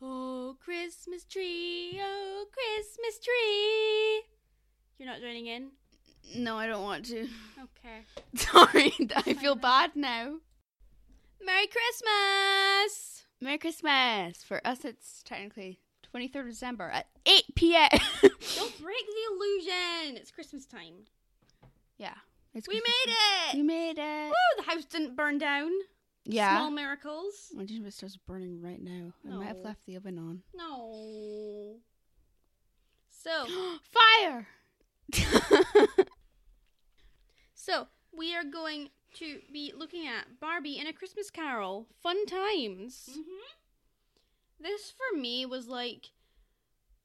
Oh, Christmas tree, oh Christmas tree. You're not joining in? No, I don't want to. Okay. Sorry, I feel bad now. Merry Christmas! Merry Christmas. For us, it's technically 23rd December at 8 p.m. Don't break the illusion! It's Christmas time. yeah. It's We Christmas made time. it! We made it. Woo! Oh, The house didn't burn down. Yeah. Small miracles. My ginger starts burning right now. I might have No. left the oven on. No. So, Fire! so we are going to be looking at Barbie in a Christmas Carol. Fun times. Mm-hmm. This for me was like,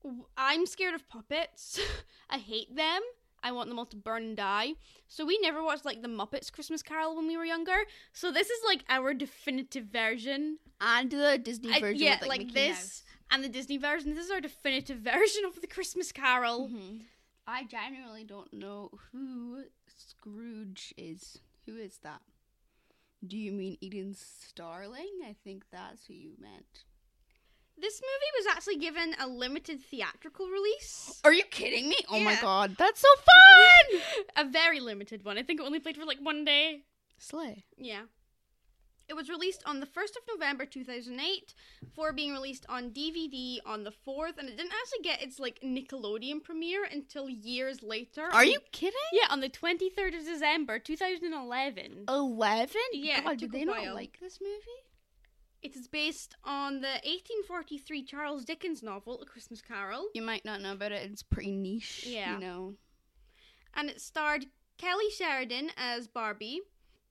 w- I'm scared of puppets. I hate them. I want them all to burn and die. So we never watched like the Muppets Christmas Carol when we were younger. So this is like our definitive version. and the Disney I- version. yeah, with, like, like Mickey this Mouse. and the Disney version. This is our definitive version of the Christmas Carol. Mhm. I genuinely don't know who Scrooge is. Who is that? Do you mean Eden Starling? I think that's who you meant. This movie was actually given a limited theatrical release. Are you kidding me? Oh my Yeah. god, that's so fun! a very limited one. I think it only played for like one day. Slay. Yeah. It was released on the 1st of November 2008 before being released on DVD on the 4th and it didn't actually get its like Nickelodeon premiere until years later. Are on- you kidding? Yeah, on the 23rd of December 2011. Eleven? Yeah, it God, did took a they not while. like this movie? It is based on the 1843 Charles Dickens novel A Christmas Carol You might not know about it. It's pretty niche. Yeah. You know. and it starred Kelly Sheridan as Barbie,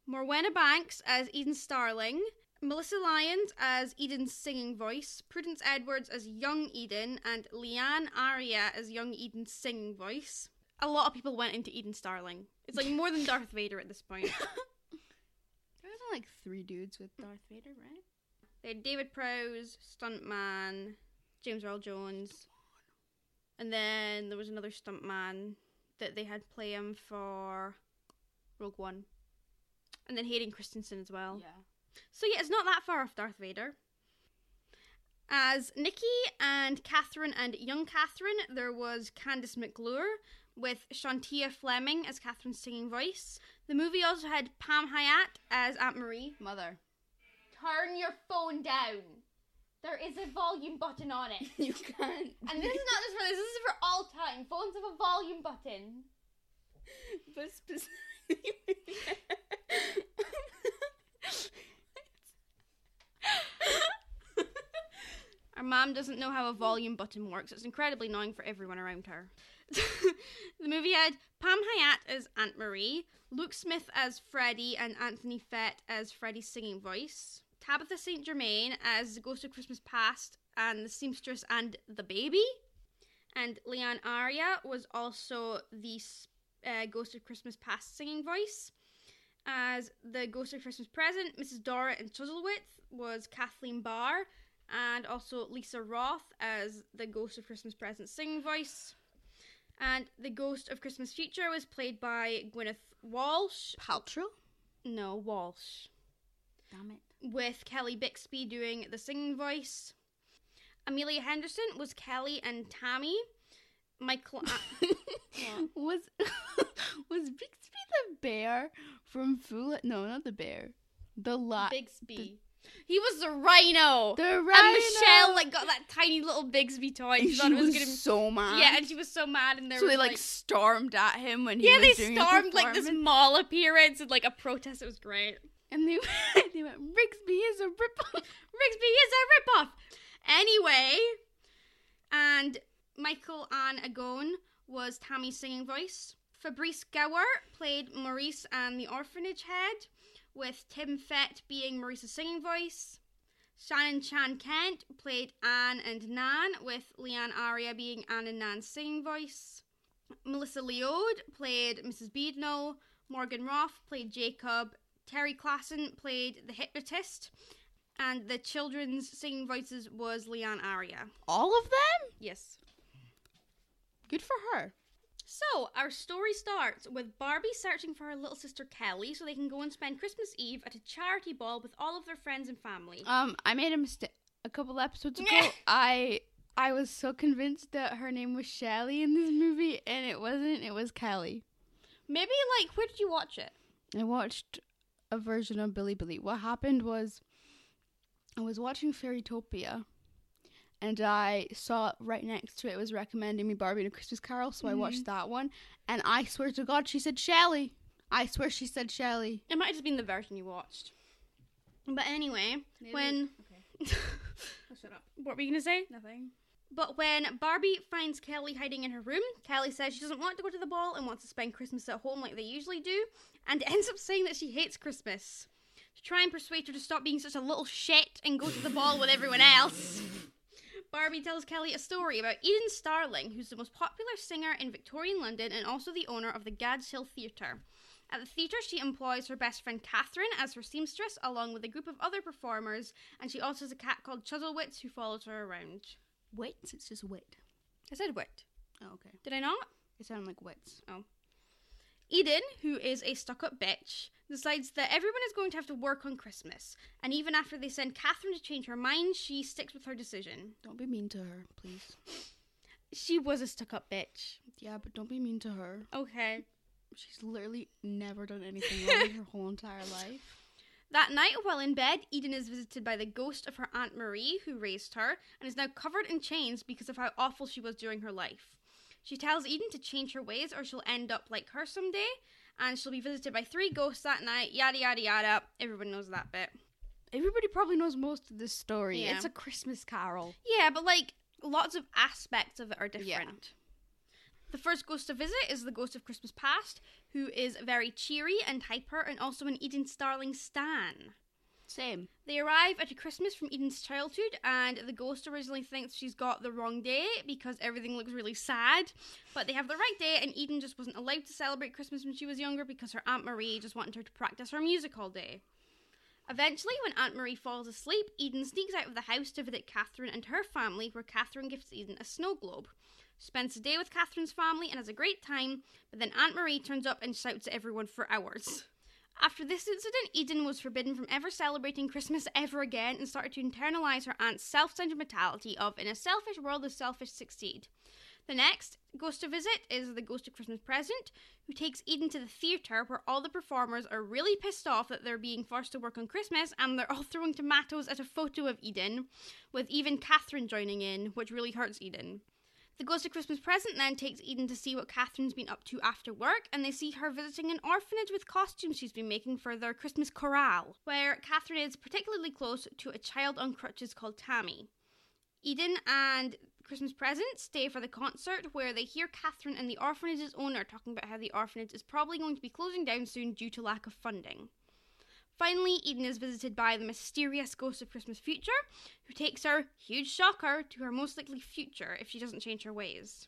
Morwenna Banks as Eden Starling, Melissa Lyons as Eden's singing voice, Prudence Edwards as young Eden, and Leanne Aria as young Eden's singing voice. A lot of people went into Eden Starling. It's like more than Darth Vader at this point. There was like three dudes with Darth Vader, right? They had David Prowse, stuntman, James Earl Jones, and then there was another stuntman that they had play him for Rogue One, and then Hayden Christensen as well. Yeah. So yeah, it's not that far off Darth Vader. As Nikki and Catherine and young Catherine, there was Candice McClure with Shantia Fleming as Catherine's singing voice. The movie also had Pam Hyatt as Aunt Marie. Mother. Turn your phone down. There is a volume button on it. You can't. And this is not just for this, this is for all time. Phones have a volume button. but specifically. Our mom doesn't know how a volume button works. It's incredibly annoying for everyone around her. the movie had Pam Hyatt as Aunt Marie, Luke Smith as Freddie, and Anthony Fett as Freddie's singing voice, Tabitha St. Germain as the Ghost of Christmas Past and the Seamstress and the Baby, and Leon Aria was also the s- uh, Ghost of Christmas Past singing voice. As the Ghost of Christmas Present, Mrs. Dora and Chuzzlewit was Kathleen Barr, and also Lisa Roth as the Ghost of Christmas Present singing voice. And the Ghost of Christmas Future was played by Gwyneth Walsh. Paltrow? No, Walsh. Damn it. With Kelly Bixby doing the singing voice. Amelia Henderson was Kelly and Tammy. Michael. Uh, was was Bixby the bear from Fool? No, not the bear. The lot. Bixby. He was the rhino. the rhino. And Michelle like got that tiny little Bixby toy. And She, thought she it was, was gonna. so mad. yeah, and she was so mad, and there so was they like stormed at him when he yeah, was they doing a stormed like this performance. mall appearance and like a protest. It was great. and they they went Bixby is a ripoff. Rigsby is a ripoff. Anyway, and Michael Ann Agone was Tammy's singing voice. Fabrice Gower played Maurice and the Orphanage Head, with Tim Fett being Maurice's singing voice. Shannon Chan Kent played Anne and Nan, with Leanne Aria being Anne and Nan's singing voice. Melissa Leod played Mrs. Beadnell. Morgan Roth played Jacob. Terry Klassen played the hypnotist. And the children's singing voices was Leanne Aria. All of them. Yes. Good for her. So, our story starts with Barbie searching for her little sister Kelly so they can go and spend Christmas Eve at a charity Uh, ball with all of their friends and family. Um, I made a mistake a couple episodes ago. Yeah. I I was so convinced that her name was Shelly in this movie, and it wasn't. It was Kelly. Maybe like where did you watch it? I watched a version of Billy Billy. What happened was I was watching Fairytopia and I saw right next to it was recommending me Barbie and a Christmas Carol, so I watched that one and I swear to God she said Shelly. I swear she said Shelly. It might have just been the version you watched. But anyway, Maybe- when Shut up. what were you gonna say? Nothing. But when Barbie finds Kelly hiding in her room, Kelly says she doesn't want to go to the ball and wants to spend Christmas at home like they usually do, and ends up saying that she hates Christmas. To try and persuade her to stop being such a little shit and go to the ball with everyone else. Barbie tells Kelly a story about Eden Starling, who's the most popular singer in Victorian London and also the owner of the Gad's Hill Theatre. At the theatre, she employs her best friend Catherine as her seamstress, along with a group of other performers, and she also has a cat called Chuzzlewit who follows her around. Wits, it's just wit. I said wit. Oh, okay. Did I not? It sounded like wits. Eden, who is a stuck up bitch, decides that everyone is going to have to work on Christmas, and even after they send Catherine to change her mind, she sticks with her decision. Don't be mean to her, please. She was a stuck up bitch. Yeah, but don't be mean to her. Okay. She's literally never done anything wrong in her whole entire life. That night, while in bed, Eden is visited by the ghost of her Aunt Marie, who raised her, and is now covered in chains because of how awful she was during her life. She tells Eden to change her ways or she'll end up like her someday, and she'll be visited by three ghosts that night, yada yada yada. Everyone knows that bit. Everybody probably knows most of this story. Yeah. It's a Christmas carol. Yeah, but like lots of aspects of it are different. The first ghost to visit is the ghost of Christmas past, who is very cheery and hyper and also an Eden Starling Stan. Same. They arrive at a Christmas from Eden's childhood, and the ghost originally thinks she's got the wrong day because everything looks really sad. But they have the right day, and Eden just wasn't allowed to celebrate Christmas when she was younger because her Aunt Marie just wanted her to practice her music all day. Eventually, when Aunt Marie falls asleep, Eden sneaks out of the house to visit Catherine and her family, where Catherine gifts Eden a snow globe. She spends the day with Catherine's family and has a great time, but then Aunt Marie turns up and shouts at everyone for hours. After this incident, Eden was forbidden from ever celebrating Christmas ever again and started to internalize her aunt's self centered mentality of, in a selfish world, the selfish succeed. The next ghost to visit is the Ghost of Christmas Present, who takes Eden to the theatre where all the performers are really pissed off that they're being forced to work on Christmas and they're all throwing tomatoes at a photo of Eden, with even Catherine joining in, which really hurts Eden. The Ghost of Christmas Present then takes Eden to see what Catherine's been up to after work, and they see her visiting an orphanage with costumes she's been making for their Christmas chorale, where Catherine is particularly close to a child on crutches called Tammy. Eden and Christmas Present stay for the concert, where they hear Catherine and the orphanage's owner talking about how the orphanage is probably going to be closing down soon due to lack of funding. Finally, Eden is visited by the mysterious ghost of Christmas Future, who takes her, huge shocker, to her most likely future if she doesn't change her ways.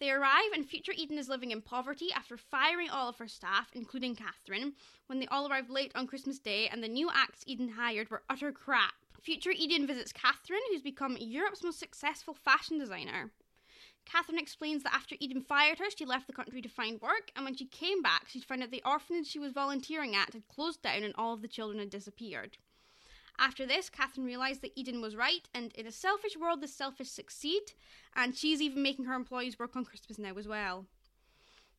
They arrive, and future Eden is living in poverty after firing all of her staff, including Catherine, when they all arrived late on Christmas Day, and the new acts Eden hired were utter crap. Future Eden visits Catherine, who's become Europe's most successful fashion designer. Catherine explains that after Eden fired her, she left the country to find work, and when she came back, she'd found out the orphanage she was volunteering at had closed down and all of the children had disappeared. After this, Catherine realised that Eden was right, and in a selfish world, the selfish succeed, and she's even making her employees work on Christmas now as well.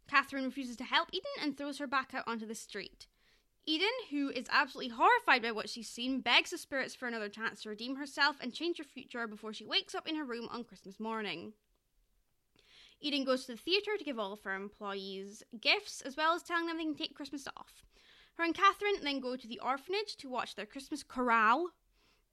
Catherine refuses to help Eden and throws her back out onto the street. Eden, who is absolutely horrified by what she's seen, begs the spirits for another chance to redeem herself and change her future before she wakes up in her room on Christmas morning. Eden goes to the theatre to give all of her employees gifts, as well as telling them they can take Christmas off. Her and Catherine then go to the orphanage to watch their Christmas chorale,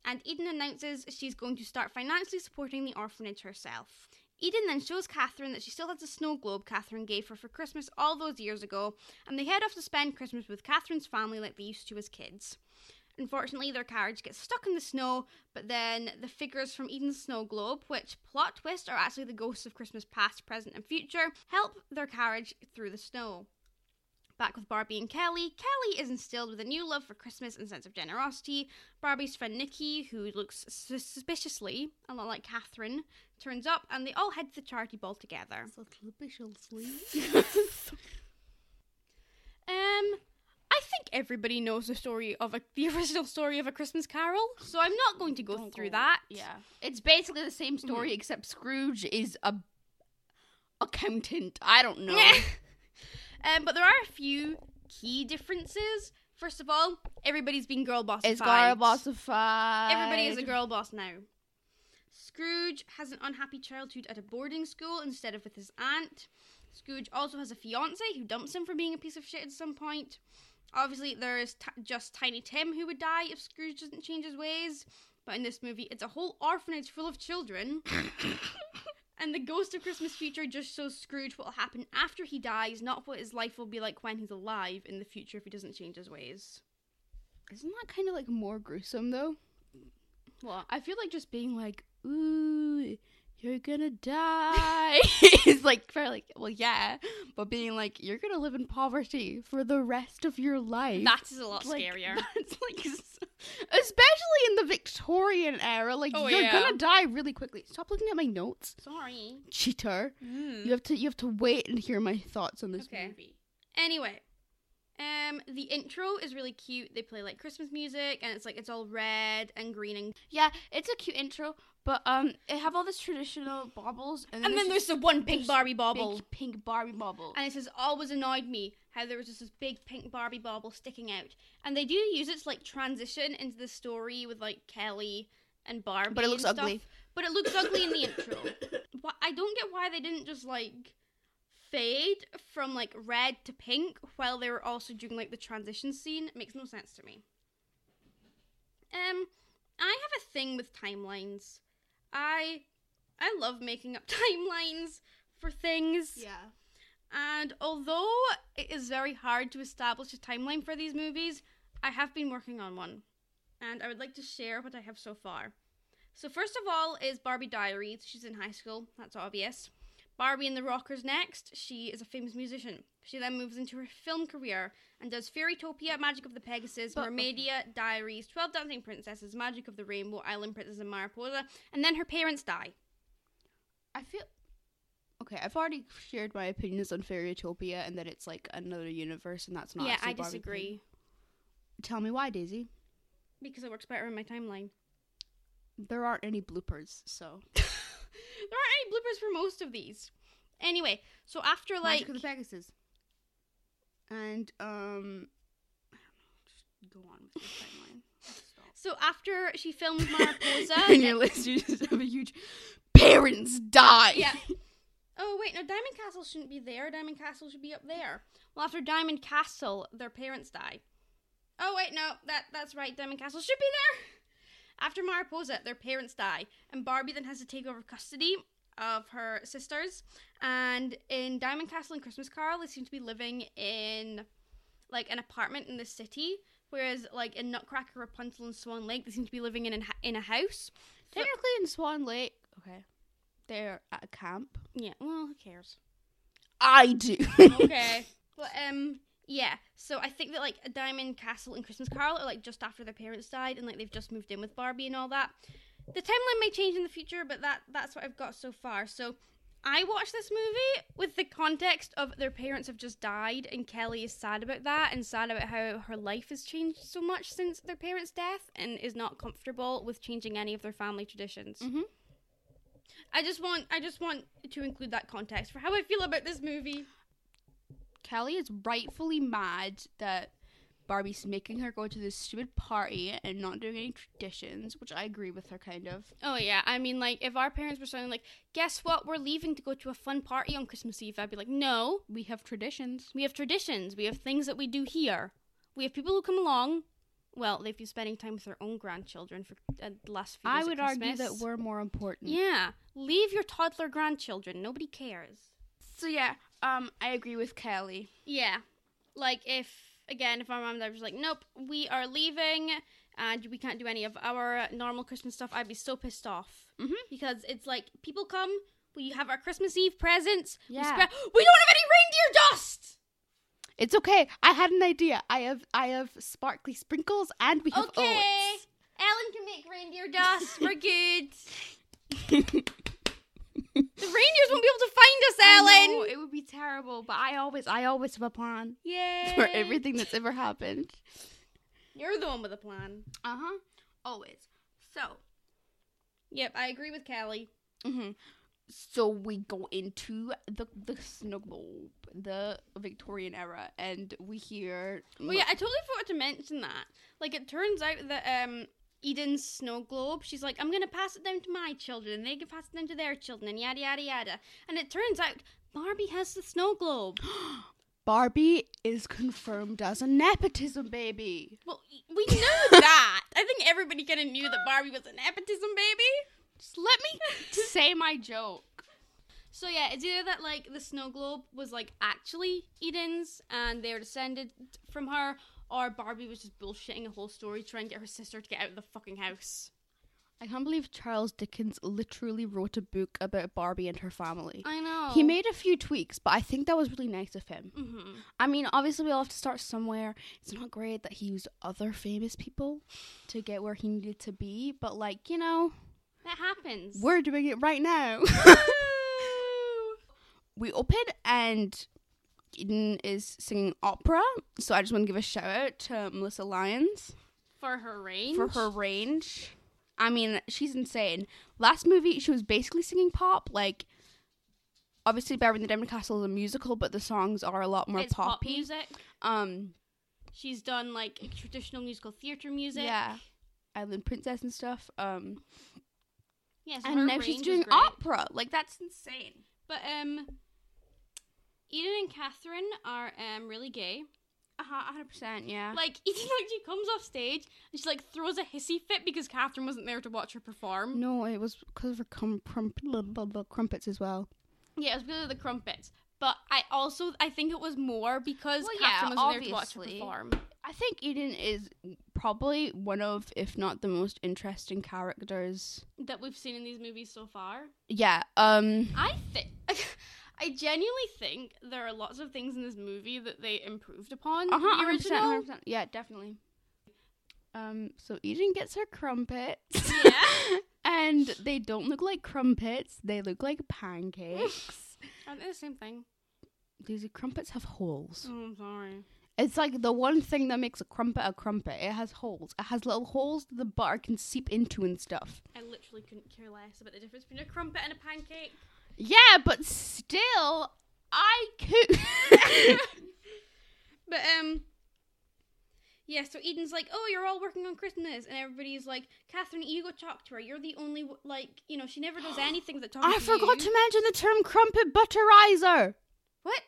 and Eden announces she's going to start financially supporting the orphanage herself. Eden then shows Catherine that she still has the snow globe Catherine gave her for Christmas all those years ago, and they head off to spend Christmas with Catherine's family like they used to as kids. Unfortunately, their carriage gets stuck in the snow, but then the figures from Eden's snow globe, which plot twist are actually the ghosts of Christmas past, present, and future, help their carriage through the snow. Back with Barbie and Kelly, Kelly is instilled with a new love for Christmas and sense of generosity. Barbie's friend Nikki, who looks sus- suspiciously a lot like Catherine, turns up and they all head to the charity ball together. So clippishly. Um, I think everybody knows the story of a, the original story of A Christmas Carol, so I'm not going to go Don't through go- Mm. that. Oh, Yeah, it's basically the same story except Scrooge is a accountant. I don't know. um, but there are a few key differences. First of all, everybody's been girl boss. it's got a bossified. Everybody is a girl boss now. Scrooge has an unhappy childhood at a boarding school instead of with his aunt. Scrooge also has a fiance who dumps him for being a piece of shit at some point. Obviously, there is t- just Tiny Tim who would die if Scrooge doesn't change his ways. But in this movie, it's a whole orphanage full of children. and the ghost of Christmas future just shows Scrooge what will happen after he dies, not what his life will be like when he's alive in the future if he doesn't change his ways. Isn't that kind of like more gruesome though? What? I feel like just being like, ooh, you're gonna die is like fair. Like, well, yeah, but being like, you're gonna live in poverty for the rest of your life. That is a lot Like, scarier. That's like, s- especially in the Victorian era, like Oh, you're yeah. gonna die really quickly. Stop looking at my notes, Sorry. cheater. You have to, you have to wait and hear my thoughts on this Okay. movie. Anyway, um, the intro is really cute. They play like Christmas music, and it's like it's all red and green, and Yeah, it's a cute intro, but um, it have all this traditional baubles, and and then there's the one big this Barbie big bauble, pink Barbie bauble. and it has always annoyed me how there was just this big pink Barbie bauble sticking out, and they do use it to like transition into the story with like Kelly and Barbie, But it looks and stuff. ugly. But it looks ugly in the intro. Why I don't get why they didn't just like fade from like red to pink while they were also doing like the transition scene. It makes no sense to me. Um, I have a thing with timelines. I I love making up timelines for things. Yeah. And although it is very hard to establish a timeline for these movies, I have been working on one. And I would like to share what I have so far. So, first of all, is Barbie Diaries. She's in high school, that's obvious. Barbie and the Rockers next. She is a famous musician. She then moves into her film career and does Fairytopia, Magic of the Pegasus, But- Mermaidia, Diaries, Twelve Dancing Princesses, Magic of the Rainbow, Island Princess, and Mariposa. And then her parents die. I feel okay. I've already shared my opinions on Fairytopia and that it's like another universe, and that's not. yeah, actually I Barbie thing. disagree. Tell me why, Daisy. Because it works better in my timeline. There aren't any bloopers, so There aren't any bloopers for most of these. Anyway, so after like Magic of the Pegasus. And um, I don't know. Just go on with your so after she filmed timeline. In Mariposa. your list, you just have a huge parents die. yeah. Oh wait, no, Diamond Castle shouldn't be there. Diamond Castle should be up there. Well, after Diamond Castle, their parents die. Oh wait, no, that that's right. Diamond Castle should be there. After Mariposa, their parents die, and Barbie then has to take over custody of her sisters. And in Diamond Castle and Christmas Carol, they seem to be living in like an apartment in the city, whereas like in Nutcracker, Rapunzel, and Swan Lake, they seem to be living in an, in a house. Technically, in Swan Lake, okay, they're at a camp. Yeah, well, who cares? I do. okay. But um yeah, so I think that like Diamond Castle and Christmas Carol are like just after their parents died and like they've just moved in with Barbie and all that. The timeline may change in the future, but that that's what I've got so far. So I watched this movie with the context of their parents have just died and Kelly is sad about that and sad about how her life has changed so much since their parents' death and is not comfortable with changing any of their family traditions. Mhm. I just want I just want to include that context for how I feel about this movie. Kelly is rightfully mad that Barbie's making her go to this stupid party and not doing any traditions, which I agree with her kind of. Oh yeah, I mean, like if our parents were saying, like, guess what, we're leaving to go to a fun party on Christmas Eve, I'd be like, no, We have traditions. we have traditions, we have things that we do here, we have people who come along. Well, they've been spending time with their own grandchildren for uh, the last few. I years at would argue that Christmas." we're more important. Yeah, leave your toddler grandchildren. Nobody cares. So yeah, um, I agree with Kelly. Yeah, like if again, if our mom and dad was like, nope, we are leaving. And we can't do any of our normal Christmas stuff. I'd be so pissed off Mhm. because it's like people come, we have our Christmas Eve presents, We Yeah. spread- We, don't have any reindeer dust. It's okay. I had an idea. I have I have sparkly sprinkles and we have Okay. Ellen can make reindeer dust. We're good. oats. The reindeers won't be able to find us, I Ellen. know, it would be terrible, but I always, I always have a plan Yay! for everything that's ever happened. You're the one with a plan. Uh huh. Always. So, yep, I agree with Callie. hmm So we go into the the snug bulb, the Victorian era, and we hear. Oh yeah, I totally forgot to mention that. Like, it turns out that um, Eden's snow globe, she's like, I'm gonna pass it down to my children, and they can pass it down to their children, and yada yada yada. And it turns out Barbie has the snow globe. Barbie is confirmed as a nepotism baby. Well, y- we knew that. I think everybody kind of knew that Barbie was a nepotism baby. Just let me say my joke. So yeah, it's either that like the snow globe was like actually Eden's and they were descended from her, or Barbie was just bullshitting a whole story trying to get her sister to get out of the fucking house. I can't believe Charles Dickens literally wrote a book about Barbie and her family. I know. He made a few tweaks, but I think that was really nice of him. hmm I mean, obviously, we all have to start somewhere. It's not great that he used other famous people to get where he needed to be, but like, you know, That happens. we're doing it right now. we open and Eden is singing opera, so I just want to give a shout out to Melissa Lyons for her range. for her range. I mean, she's insane. Last movie, she was basically singing pop, like. Obviously, Bear in the Diamond Castle is a musical, but the songs are a lot more it's pop poppy. music. Um, She's done like traditional musical theater music. Yeah. Island Princess and stuff. Um, Yeah. So her and now she's range is doing great. opera. Like that's insane. But um, Eden and Catherine are um really gay. Uh huh. Hundred percent. Yeah. Like Ethan, like she comes off stage and she like throws a hissy fit because Catherine wasn't there to watch her perform. no, it was because of her crum- crum- blah, blah, blah, crumpets as well. Yeah, it was because of the crumpets. But I also I think it was more because Well, yeah, Catherine wasn't there to watch her obviously. perform. I think Eden is probably one of, if not the most interesting characters. That we've seen in these movies so far. Yeah. Um. I think I genuinely think there are lots of things in this movie that they improved upon. Uh huh. the Hundred percent. original. Hundred percent. Yeah, definitely. Um. So Eden gets her crumpets. Yeah. and they don't look like crumpets. They look like pancakes. Aren't they Um, the same thing? These crumpets have holes. Oh, I'm sorry. It's like the one thing that makes a crumpet a crumpet. It has holes. It has little holes that the butter can seep into and stuff. I literally couldn't care less about the difference between a crumpet and a pancake. Yeah, but still, I could. But um yeah, so Eden's like, "Oh, you're all working on Christmas," and everybody's like, "Catherine, you go talk to her. You're the only w- like, you know, she never does anything that talks." I forgot you." to mention the term crumpet butterizer. What?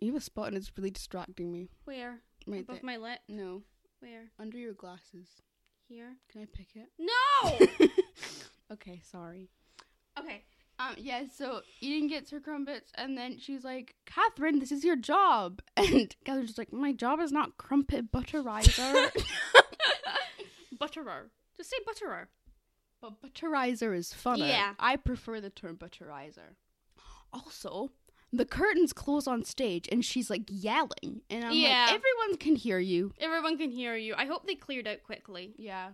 You were spotting it's really distracting me. Where? Right Above there. my lip. no, Where? under your glasses. Here? Can I pick it? No. okay, sorry. okay. Um, yeah, so Eden gets her crumpets, and then she's like, Catherine, this is your job. And Catherine's just like, My job is not crumpet butterizer. Butterer. Just say butterer. but butterizer is funner. Yeah. I prefer the term butterizer. Also, the curtains close on stage, and she's like yelling. And I'm Yeah. like, Everyone can hear you. Everyone can hear you. I hope they cleared out quickly. Yeah.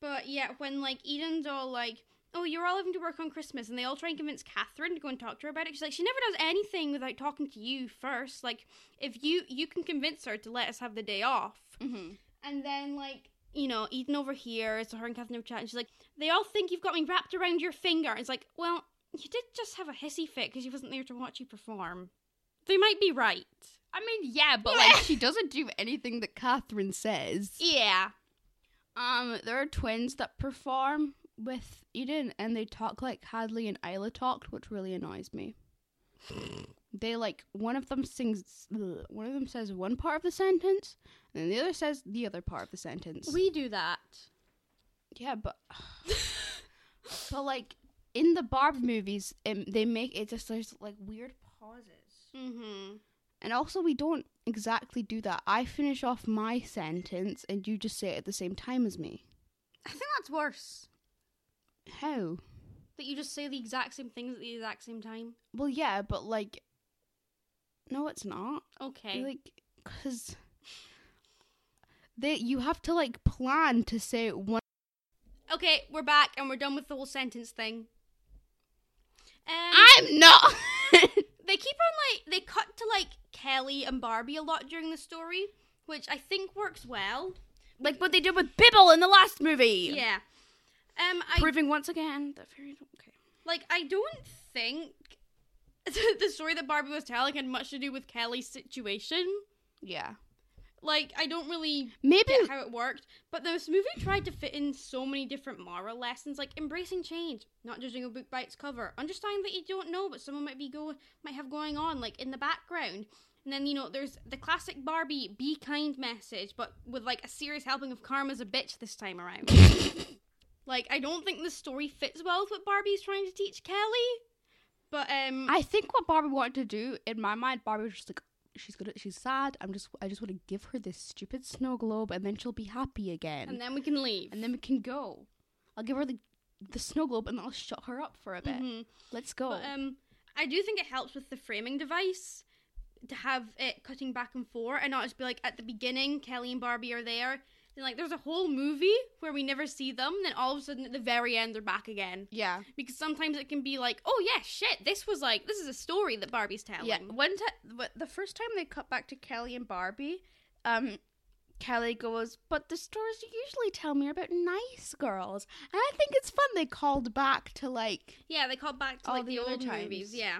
But yeah, when like Eden's all like, "Oh, you're all having to work on Christmas," and they all try and convince Catherine to go and talk to her about it. She's like, "She never does anything without talking to you first. Like, if you you can convince her to let us have the day off." Mm-hmm. And then like you know, Eden over here, so her and Catherine have a chat, and she's like, "They all think you've got me wrapped around your finger." And it's like, well, you did just have a hissy fit because she wasn't there to watch you perform. They might be right. I mean, yeah, but like, she doesn't do anything that Catherine says. Yeah. Um, there are twins that perform with Eden, and they talk like Hadley and Isla talked, which really annoys me. they like one of them sings, one of them says one part of the sentence, and then the other says the other part of the sentence. We do that. yeah, but but like in the Barb movies, it, they make it just there's like weird pauses, mm-hmm. and also we don't exactly do that. I finish off my sentence, and you just say it at the same time as me. I think that's worse. How? that you just say the exact same things at the exact same time. Well, yeah, but like, no, it's not. Okay. Like, because they you have to like plan to say one. okay, we're back and we're done with the whole sentence thing. Um, I'm not. they They keep on like they cut to like Kelly and Barbie a lot during the story, which I think works well. Like what they did with Bibble in the last movie. Yeah. Um I Proving once again that fairies don't care. like I don't think the story that Barbie was telling had much to do with Kelly's situation. Yeah. Like I don't really Maybe get how it worked, but this movie tried to fit in so many different moral lessons, like embracing change, not judging a book by its cover, understanding that you don't know what someone might be go might have going on, like in the background. And then you know, there's the classic Barbie "be kind" message, but with like a serious helping of karma's a bitch this time around. like I don't think the story fits well with what Barbie's trying to teach Kelly, but um, I think what Barbie wanted to do, in my mind, Barbie was just like, she's gonna, she's sad. I'm just, I just want to give her this stupid snow globe, and then she'll be happy again, and then we can leave. and then we can go. I'll give her the, the snow globe, and I'll shut her up for a bit. Mhm. Let's go. But um, I do think it helps with the framing device to have it cutting back and forth and not just be like at the beginning Kelly and Barbie are there. Then like there's a whole movie where we never see them. Then all of a sudden at the very end they're back again yeah, because sometimes it can be like, oh yeah, shit, this was like this is a story that Barbie's telling. yeah. One time, the first time they cut back to Kelly and Barbie, um, Kelly goes, but the stories you usually tell me are about nice girls, and I think it's fun. They called back to like, Yeah, they called back to All like the, the other old times. movies. Yeah.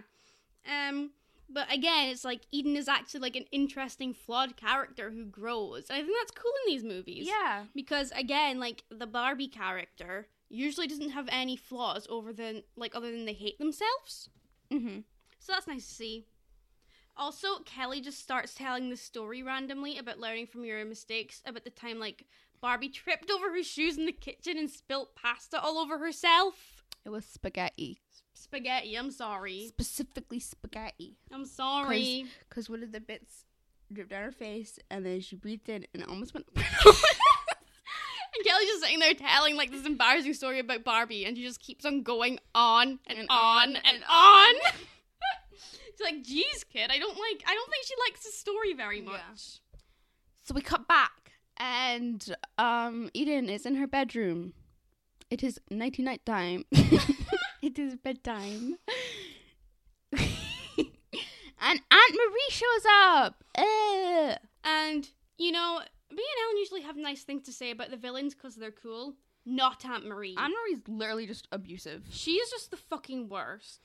Um, but again, it's like Eden is actually like an interesting, flawed character who grows, and I think that's cool in these movies. yeah, because again like the barbie character usually doesn't have any flaws over than like other than they hate themselves mm-hmm. so that's nice to see also kelly just starts telling the story randomly about learning from your mistakes about the time like barbie tripped over her shoes in the kitchen and spilt pasta all over herself It was spaghetti, spaghetti i'm sorry specifically spaghetti. i'm sorry because one of the bits dripped down her face, and then she breathed in and it almost went. and kelly's just sitting there telling like this embarrassing story about barbie and she just keeps on going on and, And on, on and, and on. on. It's like, geez, kid, I don't like. I don't think she likes the story very Yeah. much. so we cut back, and um, Eden is in her bedroom. It is nighty night time. it is bedtime. and Aunt Marie shows up. Ugh. And you know, B and Ellen usually have nice things to say about the villains because they're cool. Not Aunt Marie. Aunt Marie's literally just abusive. she is just the fucking worst.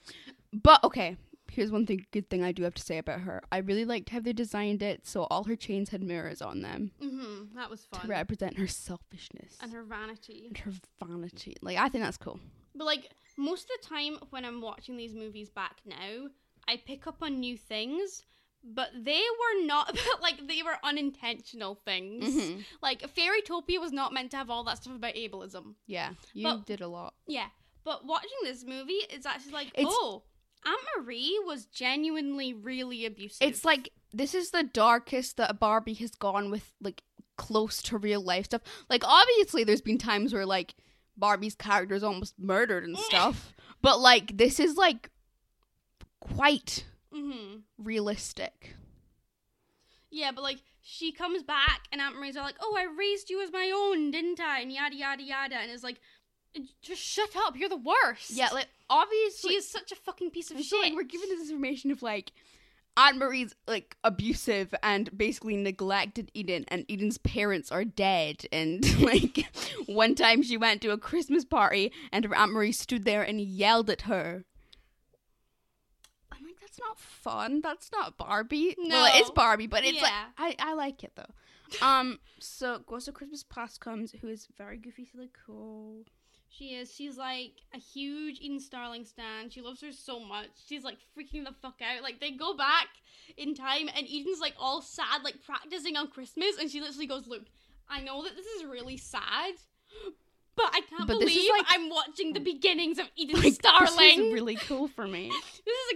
But okay, here's one thing good thing I do have to say about her. I really liked how they designed it so all her chains had mirrors on them Mm-hmm. That was to fun. represent her selfishness And her vanity. and her vanity. Like I think that's cool. But like most of the time when I'm watching these movies back now, I pick up on new things. But they were not like they were unintentional things. Mhm. Like Fairytopia was not meant to have all that stuff about ableism. Yeah, you But- did a lot. Yeah, but watching this movie, it's actually like, It's- oh, Aunt Marie was genuinely really abusive. It's like this is the darkest that Barbie has gone with like close to real life stuff. Like obviously there's been times where like Barbie's character is almost murdered and stuff, but like this is like quite hmm realistic. yeah, but like she comes back and Aunt Marie's all like, oh, I raised you as my own, didn't I? And yada yada yada, and it's like, just shut up, you're the worst. Yeah, like obviously she is such a fucking piece of And shit. so like we're given this information of like Aunt Marie's like abusive and basically neglected Eden and Eden's parents are dead and like one time she went to a Christmas party and her Aunt Marie stood there and yelled at her. I'm like, that's not fun. That's not Barbie. Well it is No. Barbie, but it's Yeah. like I, I like it though. Um so goes to Christmas past comes who is very goofy, silly cool. She is. She's like a huge Eden Starling stan. She loves her so much. She's like freaking the fuck out. Like they go back in time, and Eden's like all sad, like practicing on Christmas, and she literally goes, "Look, I know that this is really sad." But I can't But this is, believe like- I'm watching the beginnings of Eden Like Starling. This is really cool for me.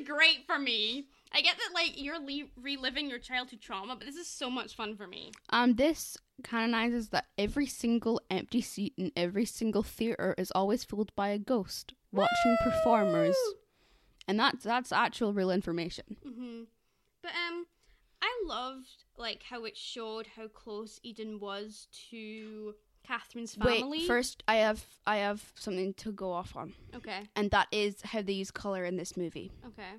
great for me. I get that like you're le- reliving your childhood trauma, but this is so much fun for me. Um, this canonizes that every single empty seat in every single theater is always filled by a ghost watching performers, and that's that's actual real information. hmm But um, I loved like how it showed how close Eden was to Catherine's family. Wait, first I have I have something to go off on, okay, and that is how they use color in this movie. okay,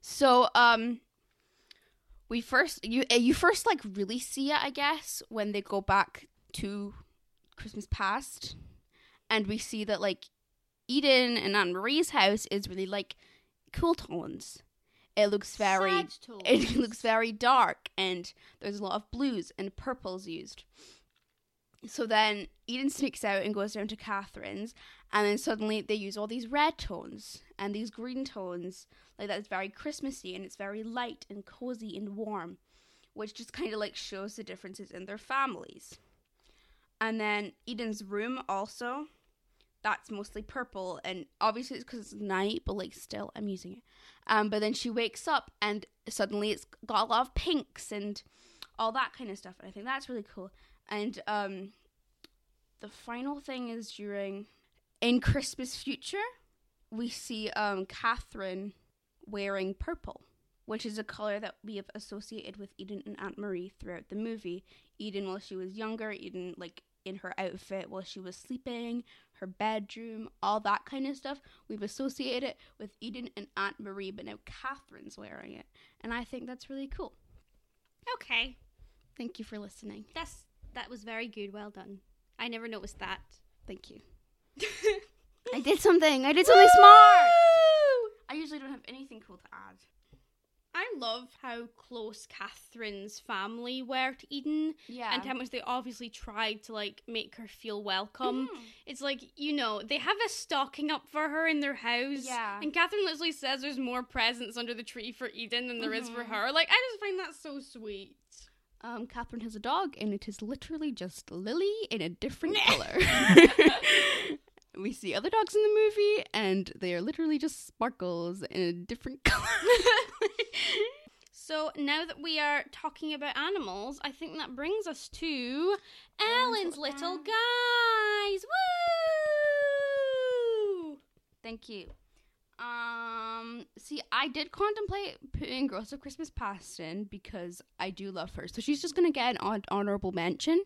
So um we first you uh, you first like really see it, I guess, when they go back to Christmas past and we see that like Eden and Anne Marie's house is really like cool tones. It looks very Sad tones. it looks very dark and there's a lot of blues and purples used. So then Eden sneaks out and goes down to Catherine's, and then suddenly they use all these red tones and these green tones, like that is very Christmassy and it's very light and cozy and warm, which just kind of like shows the differences in their families. And then Eden's room also, that's mostly purple, and obviously it's because it's night, but like still, I'm using it. Um, but then she wakes up and suddenly it's got a lot of pinks and all that kind of stuff. And I think that's really cool. And um, the final thing is during in Christmas Future, we see um, Catherine wearing purple, which is a color that we have associated with Eden and Aunt Marie throughout the movie. Eden while she was younger, Eden like in her outfit while she was sleeping, her bedroom, all that kind of stuff. We've associated it with Eden and Aunt Marie, but now Catherine's wearing it. And I think that's really cool. Okay, Thank you for listening. that's that was very good. Well done. I never noticed that. Thank you. I did something. I did something smart. I usually don't have anything cool to add. I love how close Catherine's family were to Eden Yeah. and how much they obviously tried to like make her feel welcome. It's like, you know, they have a stocking up for her in their house. Yeah. And Catherine literally says there's more presents under the tree for Eden than there is for Mhm. her. Like, I just find that so sweet. Um, Catherine has a dog, and it is literally just Lily in a different color. we see other dogs in the movie, and they are literally just sparkles in a different color. So now that we are talking about animals, I think that brings us to Ellen's little Guy. guys. Woo! Thank you. Um, see, I did contemplate putting Girls of Christmas Past in because I do love her. So she's just gonna get an hon- honorable mention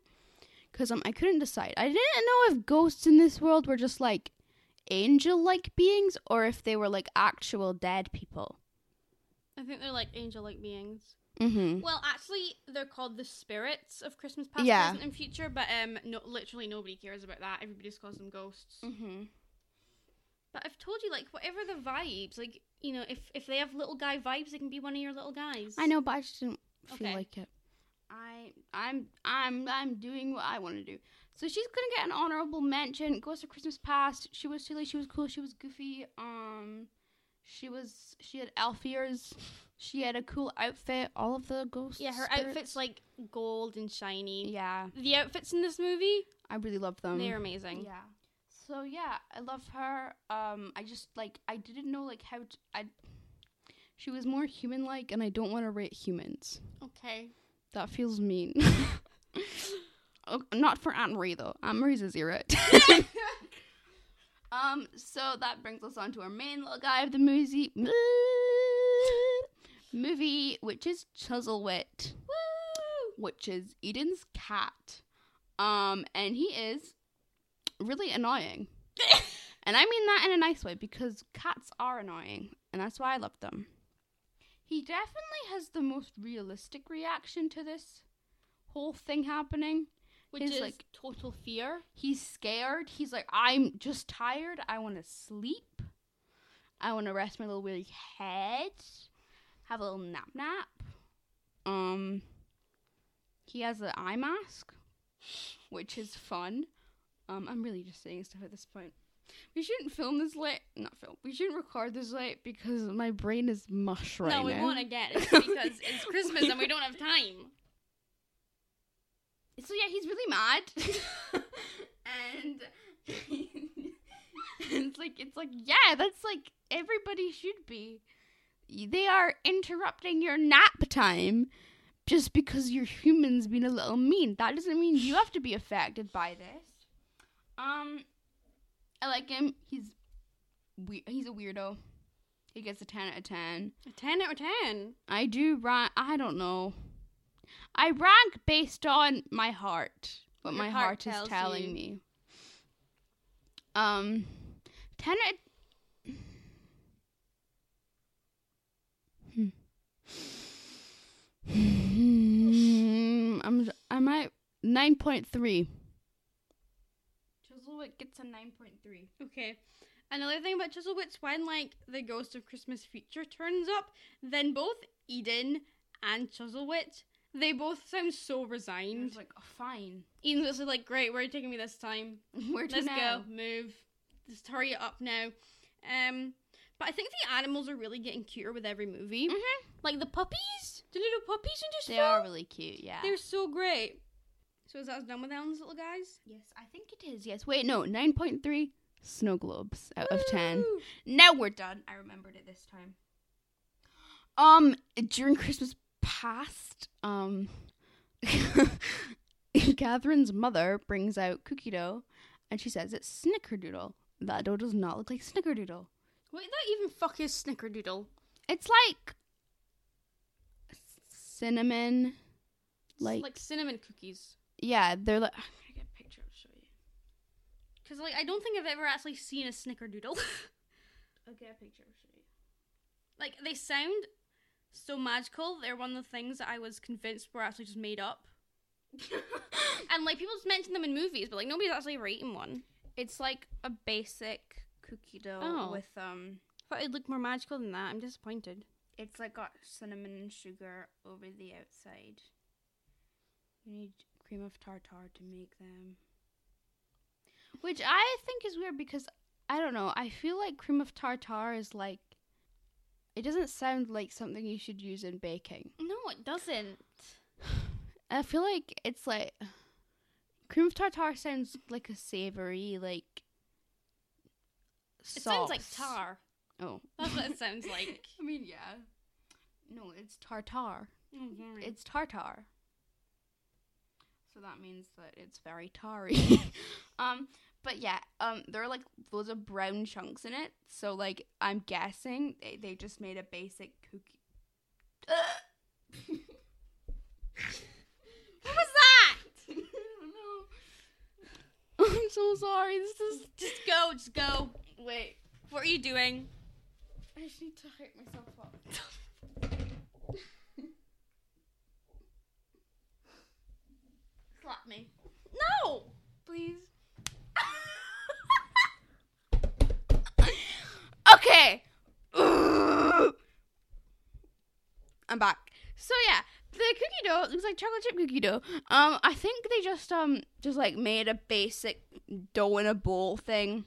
because um, I couldn't decide. I didn't know if ghosts in this world were just like angel-like beings or if they were like actual dead people. I think they're like angel-like beings. Mm-hmm. Well, actually, they're called the spirits of Christmas past, Yeah. present, and future. But um, no, literally nobody cares about that. Everybody just calls them ghosts. Mm-hmm. But I've told you, like, whatever the vibes, like, you know, if if they have little guy vibes, they can be one of your little guys. I know, but I just didn't feel Okay. like it. I I'm I'm I'm doing what I want to do. So she's gonna get an honorable mention. Goes to Christmas past. She was silly. She was cool. She was goofy. Um, she was she had elf ears. She had a cool outfit. All of the ghosts. Yeah, her outfit's like gold and shiny. yeah. Um, The outfits in this movie, I really love them. they're amazing. Yeah. So yeah, I love her. Um, I just like I didn't know like how to, I. She was more human like, and I don't want to rate humans. Okay. That feels mean. oh, not for Aunt Marie though. Aunt Marie's a zero. um, so that brings us on to our main little guy of the movie, movie, which is Chuzzlewit, Woo! which is Eden's cat. Um, and he is really annoying, and I mean that in a nice way because cats are annoying, and that's why I love them. He definitely has the most realistic reaction to this whole thing happening. Which His, is like like- total fear. He's scared. He's like, I'm just tired. I want to sleep. I want to rest my little weary head. Have a little nap nap. Um, he has an eye mask, which is fun. Um, I'm really just saying stuff at this point. We shouldn't film this late. Not film. We shouldn't record this late because my brain is mush right no, now. we want to get it because it's Christmas and we don't have time. So yeah, he's really mad, and it's like it's like yeah, that's like everybody should be. They are interrupting your nap time just because you're humans being a little mean. That doesn't mean you have to be affected by this. Um, I like him. He's we- he's a weirdo. He gets a ten out of ten. A ten out of ten. I do rank. I don't know. I rank based on my heart, what Your my heart heart, is tells telling you. me. Um, ten. out- Hmm. 9.3. Chuzzlewit gets a 9.3. Okay. Another thing about Chuzzlewit's when, like, the Ghost of Christmas Future turns up, then both Eden and Chuzzlewit, they both sound so And resigned. it's like, oh, fine. Eden's just like, great, where are you taking me this time? Where to Let's now? go. Move. Just hurry it up now. Um, but I think the animals are really getting cuter with every movie. Mhm. Like the puppies, Mm-hmm. the little puppies in this They film, are really cute, yeah. they're so great. So is that done with Ellen's little guys? Yes, I think it is. Yes. Wait, no, 9.3 snow globes out of 10. Woo! Now we're done. I remembered it this time. Um, during Christmas past, um, Catherine's mother brings out cookie dough, and she says it's snickerdoodle. That dough does not look like snickerdoodle. What that even fuck is Snickerdoodle? It's like cinnamon, It's like, like cinnamon cookies. yeah, they're like I'm gonna get a picture to show you. Cause like I don't think I've ever actually seen a Snickerdoodle. I'll get a picture to show you. like they sound so magical. They're one of the things that I was convinced were actually just made up. And like people just mention them in movies, but like nobody's actually ever eaten one. it's like a basic cookie dough Oh. with um. thought it'd look more magical than that. I'm disappointed. It's like got cinnamon and sugar over the outside. You need cream of tartar to make them. Which I think is weird because I don't know. I feel like cream of tartar is like it doesn't sound like something you should use in baking. No, it doesn't. I feel like it's like cream of tartar sounds like a savory like It sounds like sauce. tar. Oh. That's what it sounds like. I mean, yeah. No, it's tartar. it's It's tartar. So that means that it's It's very tarry. um but yeah, um there are like loads of brown chunks in it. So like I'm guessing they, they just made a basic cookie what was that? I don't know. I'm so sorry. This is Just go, just go. Wait, what are you doing? I just need to hype myself up. Slap me, No. please. okay. I'm back. So yeah, the cookie dough looks like chocolate chip cookie dough. Um, I think they just um just like made a basic dough in a bowl thing,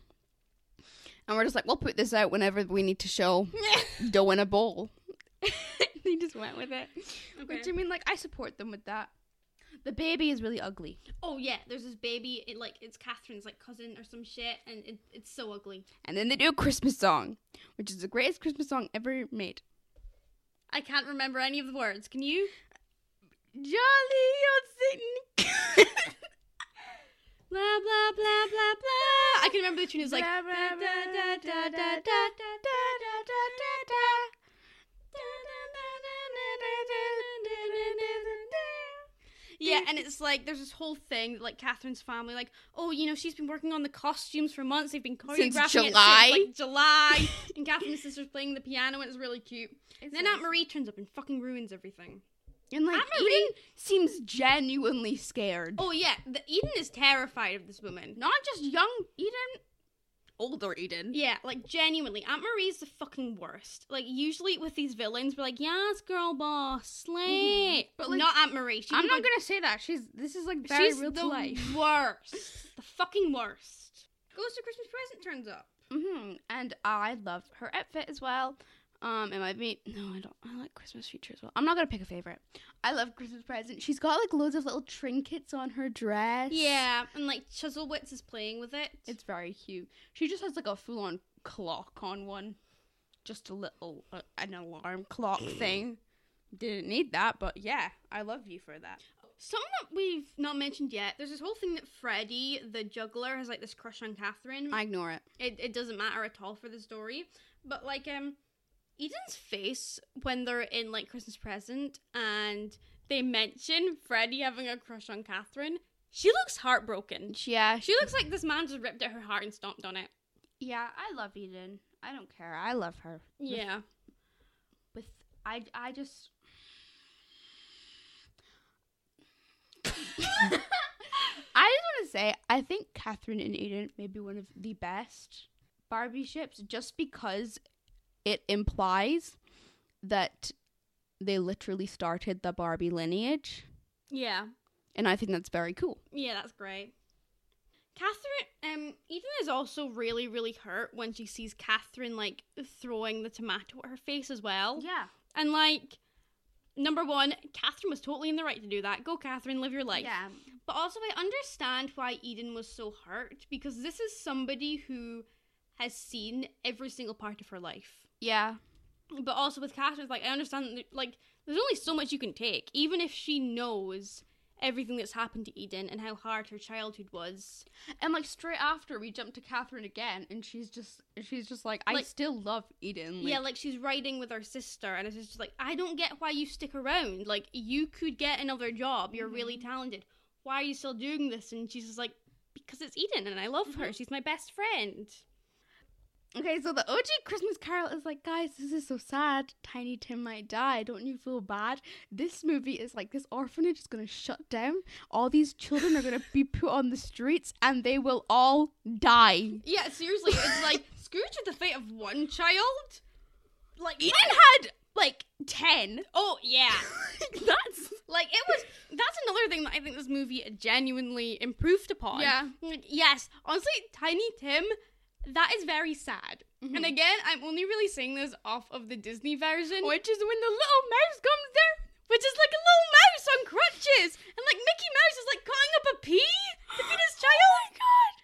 and we're just like we'll put this out whenever we need to show dough in a bowl. they just went with it, which I mean, like I support them with that. The baby is really ugly, Oh yeah, there's this baby. It like it's Catherine's like cousin or some shit, and it, it's so ugly. and then they do a Christmas song, which is the greatest Christmas song ever made. I can't remember any of the words. Can you? Jolly on St. Blah blah blah blah blah. I can remember the tune. It's like. Blah, blah, da, da, da, da, da, da, da, Yeah, and it's like there's this whole thing like Catherine's family, like, oh, you know, she's been working on the costumes for months. They've been choreographing Since it July. since like July, and Catherine's sister's playing the piano, and it's really cute. It's then Aunt Marie turns up and fucking ruins everything. And like Aunt Marie- Eden seems genuinely scared. Oh yeah, the Eden is terrified of this woman. Not just young Eden, older Eden. Yeah, like genuinely, Aunt Marie's the fucking worst. Like usually with these villains, we're like, yes, girl boss, slay. Mm-hmm. But But, like, not Aunt Marie. She I'm can not go- gonna say that. She's this is like very She's real the to life. worst. the fucking worst. Ghost of Christmas Present turns up. hmm And I love her outfit as well. Um, it might be no, I don't. I like Christmas feature as well. I'm not gonna pick a favorite. I love Christmas present. She's got like loads of little trinkets on her dress. Yeah, and like Chuzzlewitz is playing with it. It's very cute. She just has like a full on clock on one, just a little uh, an alarm clock thing. Didn't need that, but yeah, I love you for that. Something that we've not mentioned yet. There's this whole thing that Freddy, the juggler, has like this crush on Catherine. I ignore it. it, it doesn't matter at all for the story. But like um Eden's face when they're in like Christmas present and they mention Freddie having a crush on Catherine, she looks heartbroken. Yeah, She looks like this man just ripped out her heart and stomped on it. yeah. I love Eden. I don't care. I love her. Yeah. With I, I just. I just want to say, I think Catherine and Eden may be one of the best Barbie ships just because it implies that they literally started the Barbie lineage. yeah. And I think that's very cool. Yeah, that's great. Catherine, um, Eden is also really, really hurt when she sees Catherine like throwing the tomato at her face as Oh, well. yeah. And like, number one, Catherine was totally in the right to do that. Go, Catherine, live your life. Yeah. But also, I understand why Eden was so hurt because this is somebody who has seen every single part of her life. Yeah. But also with Catherine, like I understand, that, like there's only so much you can take, even if she knows everything that's happened to Eden and how hard her childhood was. And like straight after we jump to Catherine again and she's just she's just like, I Like- still love Eden. yeah, like she's riding with her sister, and it's just like I don't get why you stick around. Like you could get another job. You're really talented. Why are you still doing this? And she's just like, because it's Eden, and I love her. She's my best friend. Okay, so the OG Christmas Carol is like, guys, this is so sad. Tiny Tim might die. Don't you feel bad? This movie is like, this orphanage is gonna shut down. All these children are gonna be put on the streets, and they will all die. Yeah, seriously, it's like screwed with the fate of one child. Like Eden had like ten. Oh yeah. That's Like it was that's another thing that I think this movie genuinely improved upon. Yeah. Like, yes. Honestly, Tiny Tim, that is very sad. And again, I'm only really saying this off of the Disney version. which is when the little mouse comes down. Which is like a little mouse on crutches, and like Mickey Mouse is like calling up a pea to feed his child. Oh my god!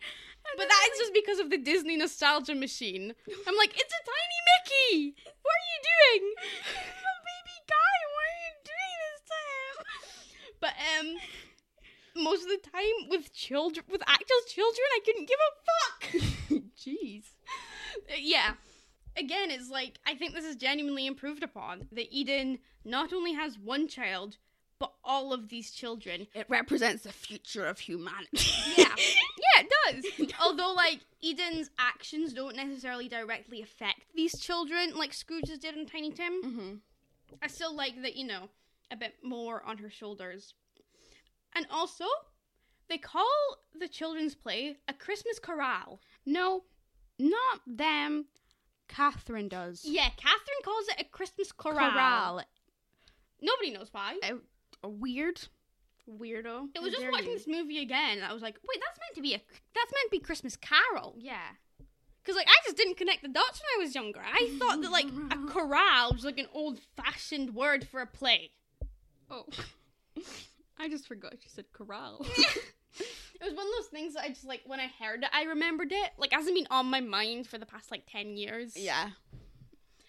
But that is just because of the Disney nostalgia machine. I'm like, it's a tiny Mickey. What are you doing? He's a baby guy. What are you doing this time? But um, most of the time with children, with actual children, I couldn't give a fuck. Jeez. Uh, yeah. Again, it's like I think this is genuinely improved upon that Eden not only has one child, but all of these children. It represents the future of humanity. Yeah. yeah, it does. Although like Eden's actions don't necessarily directly affect these children like Scrooge's did in Tiny Tim. mm-hmm. I still like that, you know, a bit more on her shoulders. And also, they call the children's play a Christmas chorale. No, not them. Catherine does. Yeah, Catherine calls it a Christmas chorale. Corral. Nobody knows why. A weird weirdo. It was How just dare watching you. this movie again. and I was like, wait, that's meant to be a that's meant to be Christmas Carol. Yeah. Because like I just didn't connect the dots when I was younger. I thought that like a chorale was like an old fashioned word for a play. Oh. I just forgot she said corral. It was one of those things that I just like when I heard it, I remembered it. Like it hasn't been on my mind for the past like ten years. yeah.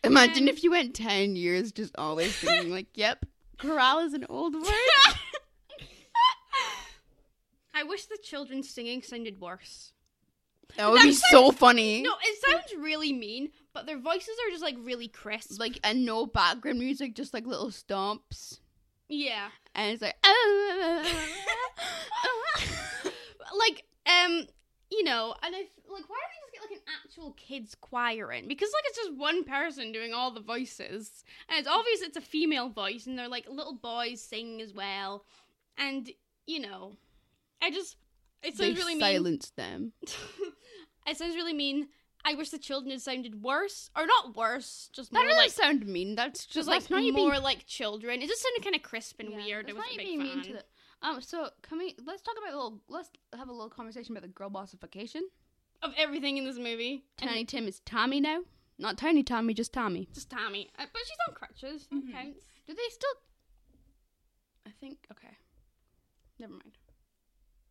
Imagine Um, if you went 10 years just always thinking, like, yep, corral is an old word. I wish the children singing sounded worse. That would be That's so funny. No, it sounds really mean, but their voices are just like really crisp. Like, and no background music, just like little stomps. yeah. And it's like, like um you know and i f- like why don't we just get like an actual kids choir in because like it's just one person doing all the voices and it's obvious it's a female voice and they're like little boys singing as well and you know i just it they sounds really mean silence them. it sounds really mean i wish the children had sounded worse or not worse just That more doesn't like sound mean. That's just just like like not you being more like children it just sounded kind of crisp and Yeah, weird i that's was not a you big being mean fan to the- um, so can we let's talk about a little let's have a little conversation about the girl bossification. of everything in this movie And- Tiny Tim is Tommy now. Not Tiny Tommy, just Tommy. Just Tammy. Uh, but she's on crutches. Mhm. Mm-hmm. That counts. Do they still I think okay. Never mind.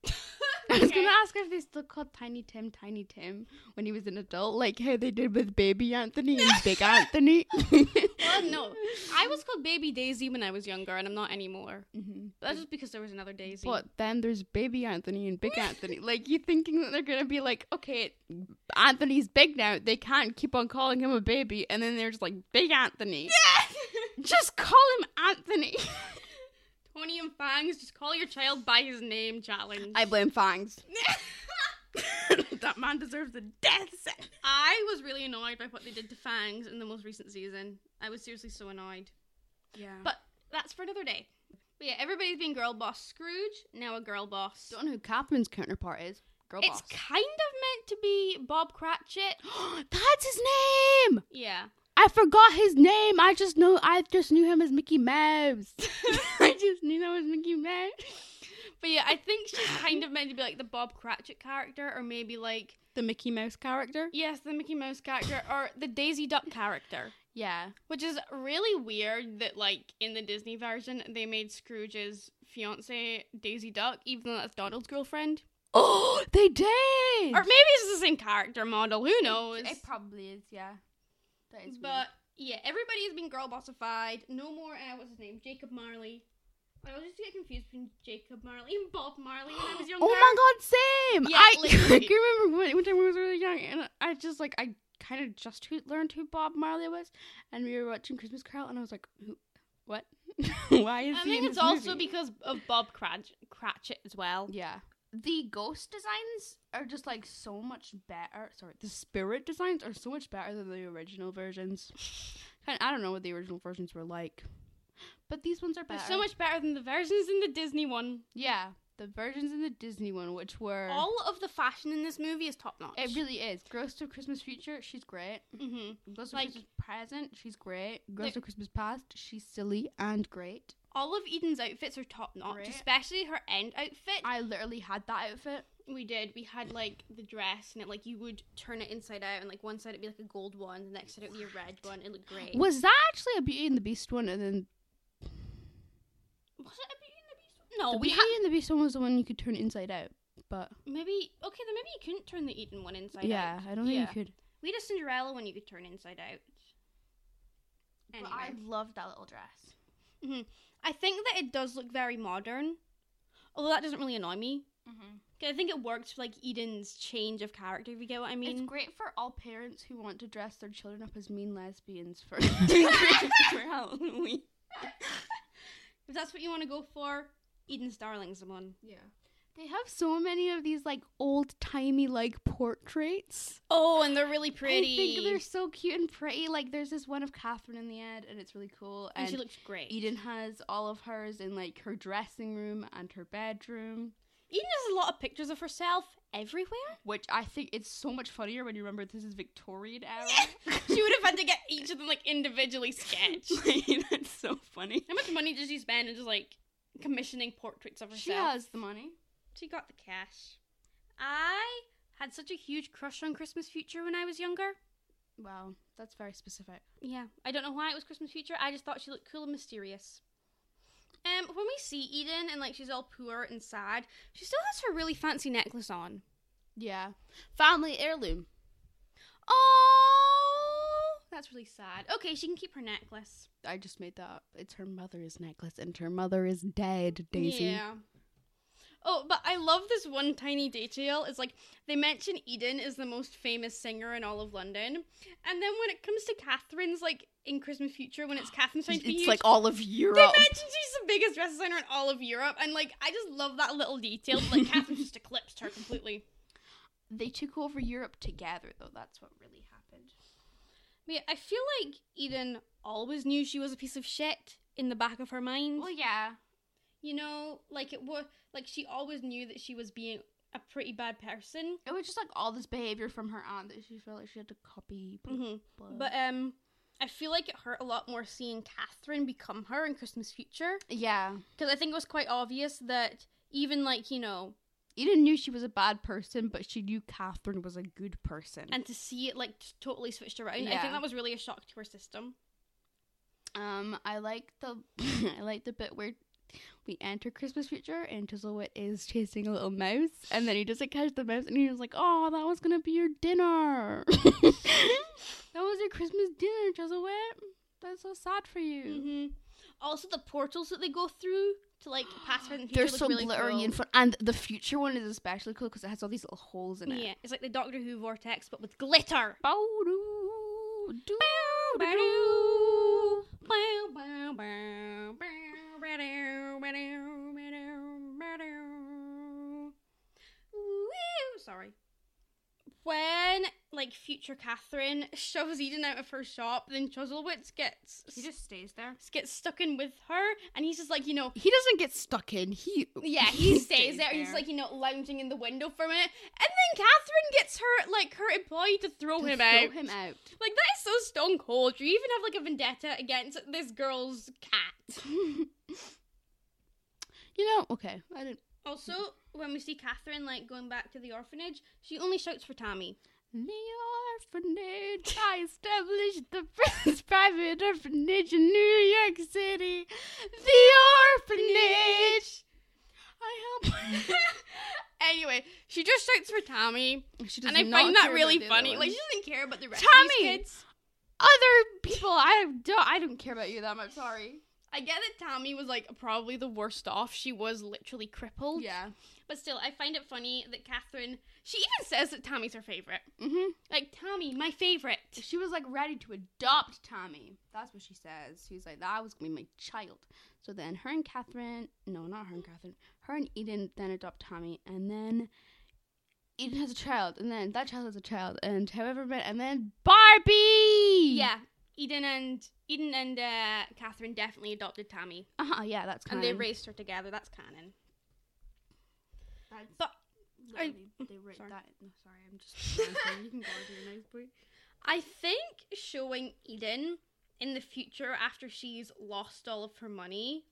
I was Okay. gonna ask if they still called Tiny Tim Tiny Tim when he was an adult, like how they did with Baby Anthony and Big Anthony. Well, no. I was called Baby Daisy when I was younger, and I'm not anymore. Mhm. But that's just because there was another Daisy. But then there's baby Anthony and big Anthony. Like you thinking that they're gonna be like, okay, Anthony's big now. They can't keep on calling him a baby, and then they're just like, big Anthony. Just call him Anthony. Tony and Fangs, just call your child by his name challenge. I blame Fangs. that man deserves a death sentence. I was really annoyed by what they did to Fangs in the most recent season. I was seriously so annoyed. Yeah. But that's for another day. But yeah, everybody's been girl boss. Scrooge now a girl boss. Don't know who Captain's counterpart is. Girl it's boss. kind of meant to be Bob Cratchit. That's his name. yeah, I forgot his name. I just know. I just knew him as Mickey Mouse. I just knew that was Mickey Mouse. but yeah, I think she's kind of meant to be like the Bob Cratchit character, or maybe like The Mickey Mouse character. yes, the Mickey Mouse character, or the Daisy Duck character. Yeah. Which is really weird that, like, in the Disney version, they made Scrooge's fiance Daisy Duck, even though that's Donald's girlfriend. Oh, they did. Or maybe it's the same character model. Who knows? It probably is, yeah. That is But yeah, everybody has been girl bossified. No more. Uh, what's his name? Jacob Marley. I always used to get confused between Jacob Marley and Bob Marley when I was younger. Oh my god, same! Yeah, I, I literally. can remember when, one time when I was really young, and I just like I kind of just who, learned who Bob Marley was, and we were watching Christmas Carol, and I was like, who, "What? Why is I he think in it's this also movie? because of Bob Cratch- Cratchit as well. yeah, weird. The ghost designs are just like so much better. Sorry, the spirit designs are so much better than the original versions. And I don't know what the original versions were like, but these ones are They're better. so much better than the versions in the Disney one. yeah, the versions in the Disney one, which were All of the fashion in this movie is top notch. it really is. Ghost of Christmas Future, she's great. hmm Ghost of Like- Christmas Present, she's great. Ghost of Christmas Past, she's silly and great. All of Eden's outfits are top notch, Right. especially her end outfit. I literally had that outfit. we did. We had like the dress, and it like you would turn it inside out, and like one side it'd be like a gold one, the next side it'd be a red one. It looked great. Was that actually a Beauty and the Beast one? And then Was it a Beauty and the Beast? one? No, the we Beauty had and the Beast one was the one you could turn inside out. But maybe okay. Then maybe you couldn't turn the Eden one inside out. yeah, I don't think Yeah. you could. We had a Cinderella one you could turn inside out. Anyway, I loved that little dress. I think that it does look very modern, although that doesn't really annoy me. Mm-hmm. 'Cause I think it works for like Eden's change of character. If you get what I it's mean. great for all parents who want to dress their children up as mean lesbians for, for Halloween. If that's what you want to go for, Eden's darling someone. Yeah. They have so many of these like old timey like portraits. Oh, and they're really pretty. I think they're so cute and pretty. Like there's this one of Catherine in the end, and it's really cool. and she looks great. Eden has all of hers in like her dressing room and her bedroom, Eden has a lot of pictures of herself everywhere. which I think it's so much funnier when you remember this is Victorian era. she would have had to get each of them like individually sketched. Like, that's so funny. How much money does she spend on just like commissioning portraits of herself? She has the money. She got the cash. I had such a huge crush on Christmas Future when I was younger. Wow, that's very specific. Yeah, I don't know why it was Christmas Future. I just thought she looked cool and mysterious. Um, when we see Eden and like she's all poor and sad, she still has her really fancy necklace on. Yeah, family heirloom. Oh, that's really sad. Okay, she can keep her necklace. I just made that up. It's her mother's necklace, and her mother is dead, Daisy. Yeah. Oh, but I love this one tiny detail. Is like they mention Eden is the most famous singer in all of London, and then when it comes to Catherine's, like in Christmas Future, when it's Catherine's time to be It's huge, like all of they Europe. mention she's the biggest dress designer in all of Europe, and like I just love that little detail. that, Like Catherine just eclipsed her completely. They took over Europe together, though. That's what really happened. Mm-hmm. But yeah, I feel like Eden always knew she was a piece of shit in the back of her mind. Well, yeah. you know, like it was like she always knew that she was being a pretty bad person. It was just like all this behavior from her aunt that she felt like she had to copy. blah, hmm blah. But um, I feel like it hurt a lot more seeing Catherine become her in Christmas Future yeah, because I think it was quite obvious that even like you know, Eden knew she was a bad person, but she knew Catherine was a good person. and to see it like t- totally switched around, I Yeah. think that was really a shock to her system. um, I like the I like the bit where we enter Christmas Future and Chiselwit is chasing a little mouse, and then he doesn't catch the mouse, and he was like, "Oh, that was gonna be your dinner. that was your Christmas dinner, Chiselwit. That's so sad for you." hmm Also, the portals that they go through to like past present future They're look so really glittery cool. and fun, and the future one is especially cool because it has all these little holes in it. yeah, it's like the Doctor Who vortex but with glitter. Bow-doo, doo, doo, doo. When like like future Catherine shoves Eden out of her shop, then Chuzzlewitz gets He just stays there. gets stuck in with her, and he's just like, you know, He doesn't get stuck in. He yeah, he stays stays there. He's there. like, you know, lounging in the window for a minute, and then Catherine gets her like her employee to throw To him throw out. him out. Like that is so stone cold. You even have like a vendetta against this girl's cat. You know, okay. I didn't. also, when we see Catherine like going back to the orphanage, she only shouts for Tammy. The orphanage. I established the first private orphanage in New York City. The orphanage. I help. Anyway, she just shouts for Tammy, she does and I not find that care really about the other funny. Like ones. she doesn't care about the rest of Tammy! these kids. other people, I don't. I don't care about you that much. Sorry. I get that Tammy was like probably the worst off. She was literally crippled. Yeah. But still, I find it funny that Catherine. She even says that Tammy's her favorite. Mhm. Like Tammy, my favorite. She was like ready to adopt Tommy. That's what she says. She's like, that was gonna be my child. So then her and Catherine, no, not her and Catherine, her and Eden then adopt Tommy, and then Eden has a child, and then that child has a child, and however many, and then Barbie. Yeah, Eden and Eden and uh, Catherine definitely adopted Tammy, Uh huh. Yeah, that's kind and they of. raised her together. That's canon. That's But I- literally- they wrote sorry. that. No, sorry, I'm just. blanking. you can go on to your next point. I think showing Eden in the future after she's lost all of her money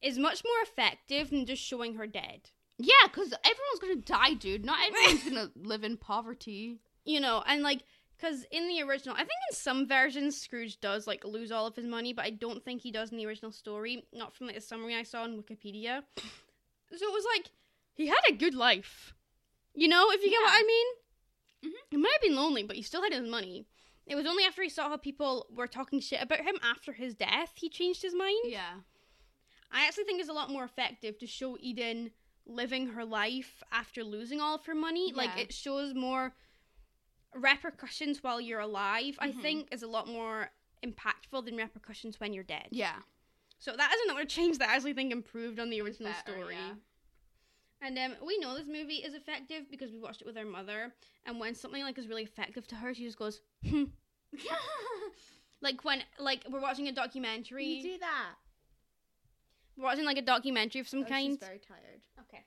is much more effective than just showing her dead. yeah, because everyone's gonna die, dude. Not everyone's gonna live in poverty. you know, and like, because in the original, I think in some versions Scrooge does like lose all of his money, but I don't think he does in the original story. Not from like the summary I saw on Wikipedia. So it was like he had a good life, you know, if you get what I mean. He might have been lonely, but he still had his money. It was only after he saw how people were talking shit about him after his death he changed his mind. Yeah. I actually think it's a lot more effective to show Eden living her life after losing all of her money. Like Yeah. it shows more repercussions while you're alive, I Mhm. think is a lot more impactful than repercussions when you're dead. Yeah. So that is another change that I actually think improved on the original Better, story. yeah. And um, we know this movie is effective because we watched it with our mother. And when something like is really effective to her, she just goes, hmm. like when like we're watching a documentary, that. Oh, we're watching like a documentary of some kind. very tired. Okay.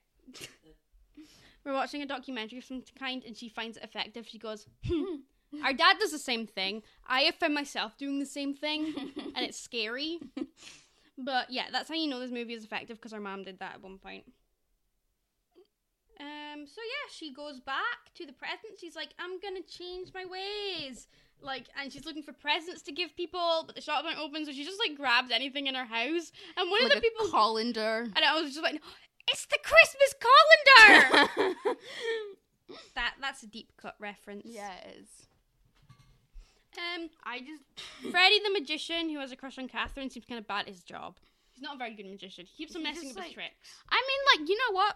We're watching a documentary of some kind and she finds it effective. She goes, hmm. Our dad does the same thing. I have found myself doing the same thing and it's scary. But yeah, that's how you know this movie is effective because our mom did that at one point. Um, so yeah, she goes back to the present. She's like, I'm gonna change my ways. Like, and she's looking for presents to give people, but the shop won't open, so she just like grabs anything in her house. And one like of the people a colander. and I was just like, "It's the Christmas colander." that that's a deep cut reference. yeah, it is. Um, I just. Freddy the magician, who has a crush on Catherine, seems kind of bad at his job. He's not a very good magician. He keeps on He messing up just, his like- tricks. I mean, like, you know what?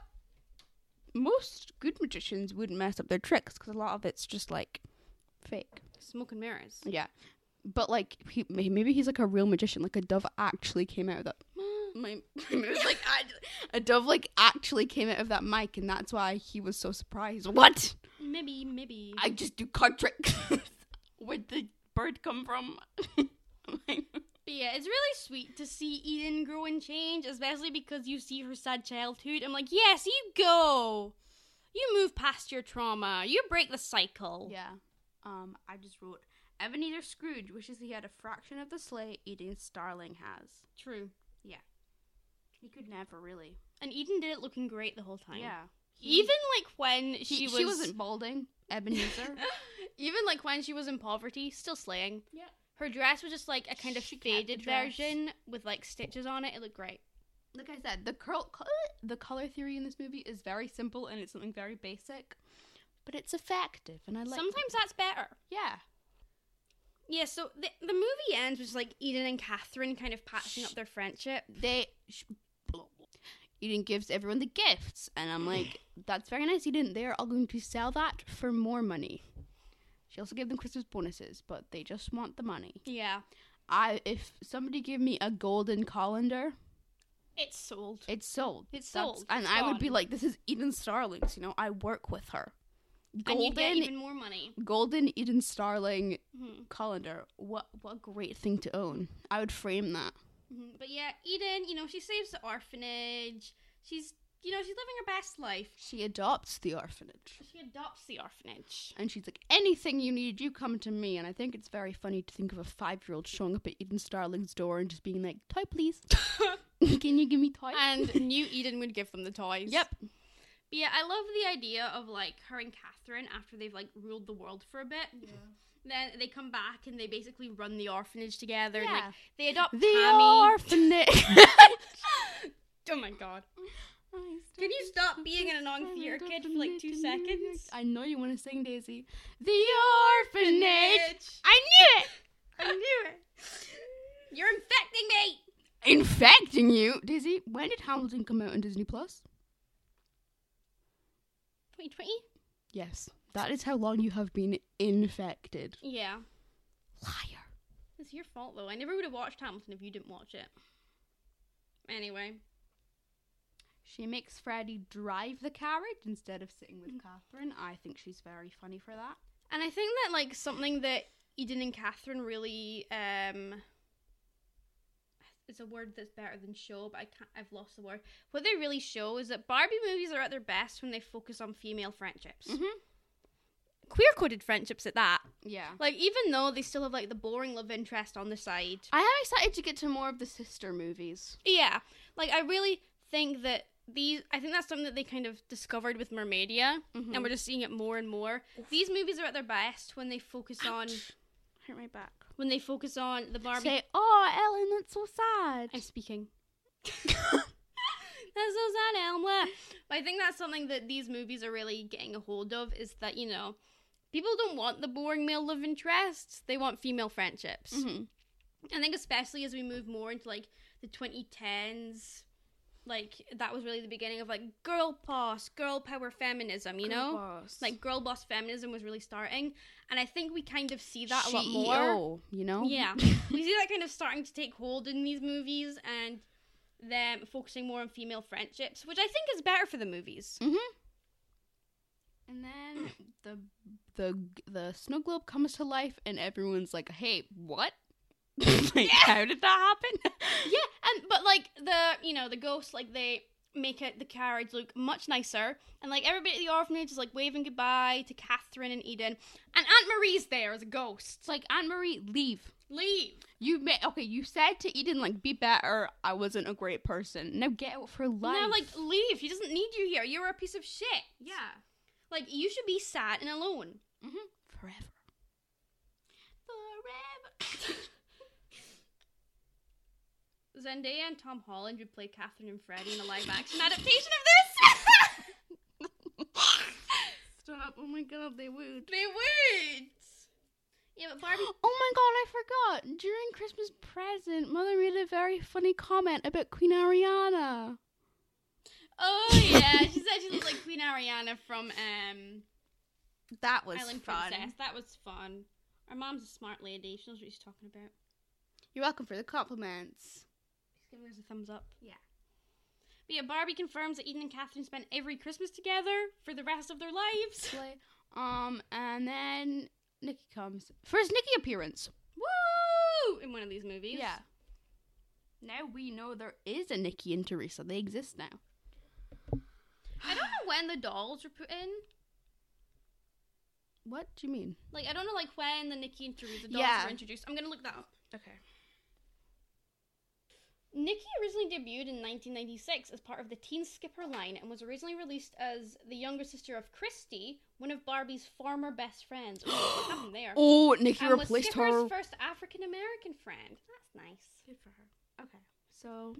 Most good magicians wouldn't mess up their tricks because a lot of it's just like fake. Smoke and mirrors. Yeah. But like, he, may- maybe he's like a real magician. Like, a dove actually came out of that. Mm, My, my mouth was like, act- a dove like actually came out of that mic, and that's why he was so surprised. What? Maybe, maybe. I just do card tricks. Where'd the bird come from? But yeah, it's really sweet to see Eden grow and change, especially because you see her sad childhood. I'm like, yes, you go. You move past your trauma. You break the cycle. yeah. Um, I just wrote Ebenezer Scrooge wishes he had a fraction of the sleigh Edith Starling has. True. He could never really. And Eden did it looking great the whole time. Yeah. Even like when She, she was not balding. Ebenezer. Even like when she was in poverty, still slaying. Yeah. Her dress was just like a kind of She kept the faded dress. version with like stitches on it. It looked great. like I said, the curl, co- the color theory in this movie is very simple and it's something very basic, but it's effective, and I like. Sometimes that's better. yeah, Yeah, so the, the movie ends with like Eden and Catherine kind of patching up their friendship. they. Sh- Eden gives everyone the gifts, and I'm like, that's very nice, Eden. They are all going to sell that for more money. She also gave them Christmas bonuses, but they just want the money. Yeah. I, if somebody gave me a golden colander, It's sold. it's sold. It's That's- sold. and It's I would be gone. like, this is Eden Starlings. You know, I work with her. and you get golden even more money. golden Eden Starling hmm colander. What what great thing to own. I would frame that. hmm But yeah, Eden, you know, she saves the orphanage. She's, you know, she's living her best life. She adopts the orphanage. She adopts the orphanage. And she's like, anything you need, you come to me. And I think it's very funny to think of a five year old showing up at Eden Starling's door and just being like, toy, please. Can you give me toy? and new Eden would give them the toys. yep. But yeah, I love the idea of like her and Catherine after they've like ruled the world for a bit. Then they come back and they basically run the orphanage together. And, like they adopt the Tammy. orphanage. oh my god! Can you stop being an annoying theater kid for like two seconds? I know you want to sing, Daisy. The orphanage. I knew it. I knew it. You're infecting me. Infecting you, Daisy. When did Hamilton come out on Disney Plus? 2020. Yes, that is how long you have been infected. Yeah, Liar. it's your fault though. I never would have watched Hamilton if you didn't watch it. Anyway, She makes Freddie drive the carriage instead of sitting Mm. with Catherine. I think she's very funny for that. And I think that like something that Eden and Catherine really um it's a word that's better than show, but I can't I've lost the word. What they really show is that Barbie movies are at their best when they focus on female friendships. Mhm. Queer coded friendships at that. Yeah. Like even though they still have like the boring love interest on the side. I am excited to get to more of the sister movies. Yeah. Like I really think that these I think that's something that they kind of discovered with Mermaidia Mm-hmm. and we're just seeing it more and more. These movies are at their best when they focus on Hurt my back. when they focus on the Barbie Say, oh, Ellen, that's so sad. I'm speaking. that's so sad, Elma. But I think that's something that these movies are really getting a hold of is that, you know, people don't want the boring male love interests. They want female friendships. Mhm. I think especially as we move more into like the 2010s, like that was really the beginning of like girl boss, girl power feminism, you know? Like girl boss feminism was really starting. And I think we kind of see that a lot more. CEO, you know? Yeah. we see that kind of starting to take hold in these movies and them focusing more on female friendships, which I think is better for the movies. And then the the the snow globe comes to life, and everyone's like, "Hey, what? like, How did that happen?" Yeah, and but like the you know, the ghosts like they make it the carriage look much nicer and like everybody at the orphanage is like waving goodbye to Catherine and Eden and Aunt Marie's there as a It's ghost. like Anne Marie, leave. Leave. You may okay. You said to Eden like, "Be better." I wasn't a great person. Now get out for life. No, like leave. He doesn't need you here. You're a piece of shit. Like you should be sad and alone. Mm-hmm. forever. Forever. Zendaya and Tom Holland would play Catherine and Freddie in a live action adaptation of Stop! Oh my god, they would. this! they would! Yeah, but Barbie. Oh my god, I forgot. During Christmas present, Mother made a very funny comment about Queen Ariana. Oh, yeah, she said she looked like Queen Ariana from um, That was Island Princess. That was fun. Our mom's a smart lady. She knows what she's talking about. You're welcome for the compliments. She's giving us a thumbs up. Yeah. But yeah, Barbie confirms that Eden and Catherine spent every Christmas together for the rest of their lives. Slay. Um, and then Nikki comes for his Nikki appearance. Woo! In one of these movies. Now we know there is a Nikki and Teresa. They exist now. I don't know when the dolls were put in. What do you mean? Like, I don't know, like, when the Nikki and Teresa dolls Yeah. were introduced. I'm gonna look that up. Okay. Nikki originally debuted in 1996 as part of the Teen Skipper line and was originally released as the younger sister of Christy, one of Barbie's former best friends. Ooh, what happened there? Oh, Nikki and was replaced Skipper's her. first African American friend. That's nice. Good for her. Okay. So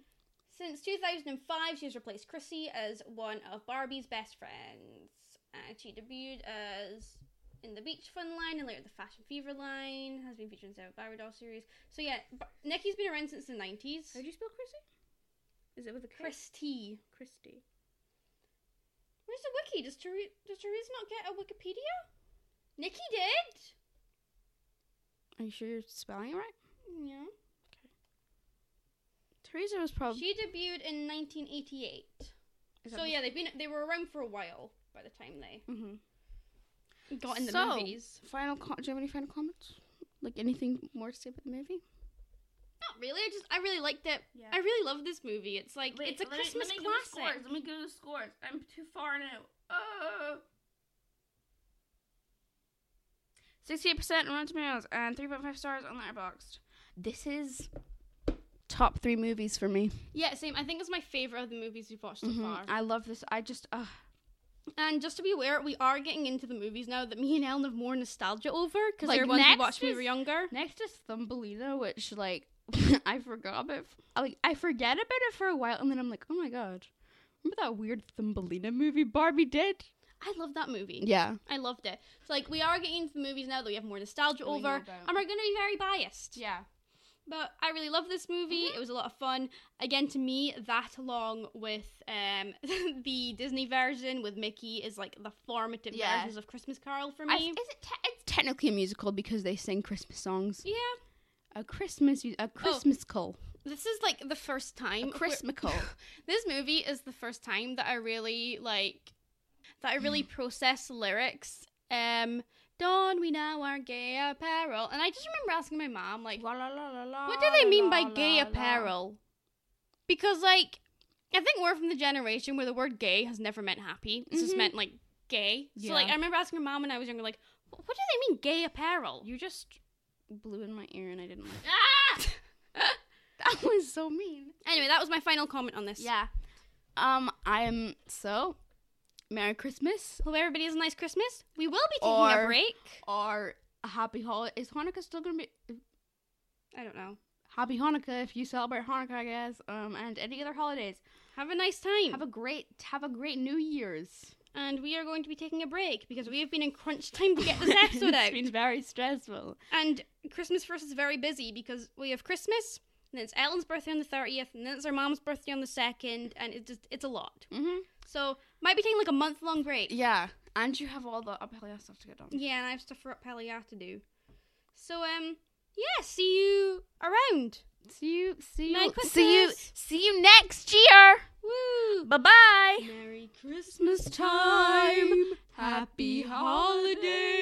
Since 2005, she's replaced Chrissy as one of Barbie's best friends. And she debuted as in the Beach Fun line and later the Fashion Fever line. Has been featured in several Barbie doll series. So yeah, Bar- Nikki's been around since the 90s. How do you spell Chrissy? Is it with a K? Christy. Christy. Where's the wiki? Does Therese, does Therese not get a Wikipedia? Nikki did? are you sure you're spelling it right? Yeah. Teresa was probably. She debuted in 1988. So yeah, they've been they were around for a while by the time they. hmm got in the So- movies. mm-hmm. Final, com- do you have any final comments? Like anything more to say about the movie? Not really. I just I really liked it. Yeah. I really love this movie. It's like it's a let me- Christmas let me give the classic. Scores. Let me give the scores. I'm too far now. Oh. Sixty-eight percent on Rotten Tomatoes and three point five stars on Letterboxd. This is top three movies for me. Yeah, same. I think it's my favorite of the movies we've watched so Mhm. far. I love this. I just, uh, And just to be aware, we are getting into the movies now that me and Ellen have more nostalgia over because Like, they're ones we next watched when we is- were younger. Next is Thumbelina, which like I forgot about. I, Like I forget about it for a while, and then I'm like, oh my god, remember that weird Thumbelina movie Barbie did? I love that movie. Yeah, I loved it. So like we are getting into the movies now that we have more nostalgia That we know over, about. and we're going to be very biased. yeah. But I really love this movie. Mm-hmm. It was a lot of fun. Again, to me, that along with um, the Disney version with Mickey is like the formative Yeah. versions of Christmas Carol for I, me. is it? Te- it's technically a musical because they sing Christmas songs. yeah, A Christmas, mu- Oh. a Christmas call, this is like the first time. a Christmas this movie is the first time that I really like that I Mm. really process lyrics. Um, Don we now our gay apparel, and I just remember asking my mom like, La la la la la. What do they mean by la, gay la, la. apparel? Because like I think we're from the generation where the word gay has never meant happy. It's just Mhm. meant like gay. So like Yeah. I remember asking my mom when I was younger, like, "Wh- what do they mean gay apparel? You just blew in my ear, and I didn't. like Ah! That was so mean. anyway, that was my final comment on this. Yeah. Um, I'm so. Merry Christmas. Hope everybody has a nice Christmas. We will be taking a Or- break. Or a happy holiday. Is Hanukkah still gonna be I don't know. happy Hanukkah if you celebrate Hanukkah, I guess, um, and any other holidays. Have a nice time. Have a great have a great New Year's. and we are going to be taking a break because we have been in crunch time to get this episode it's out. been very stressful. And Christmas for us is very busy because we have Christmas, and then it's Ellen's birthday on the thirtieth, and then it's our mom's birthday on the second, and it's just it's a lot. Mm-hmm. So might be taking like a month long break. Yeah, and you have all the uphill stuff to get done. Yeah, and I have stuff for Pelia to do. So um, yeah, see you around. See you. See you. Merry See you. Christmas. See you next year. Woo! Bye bye. Merry Christmas. Christmas time. Happy holidays.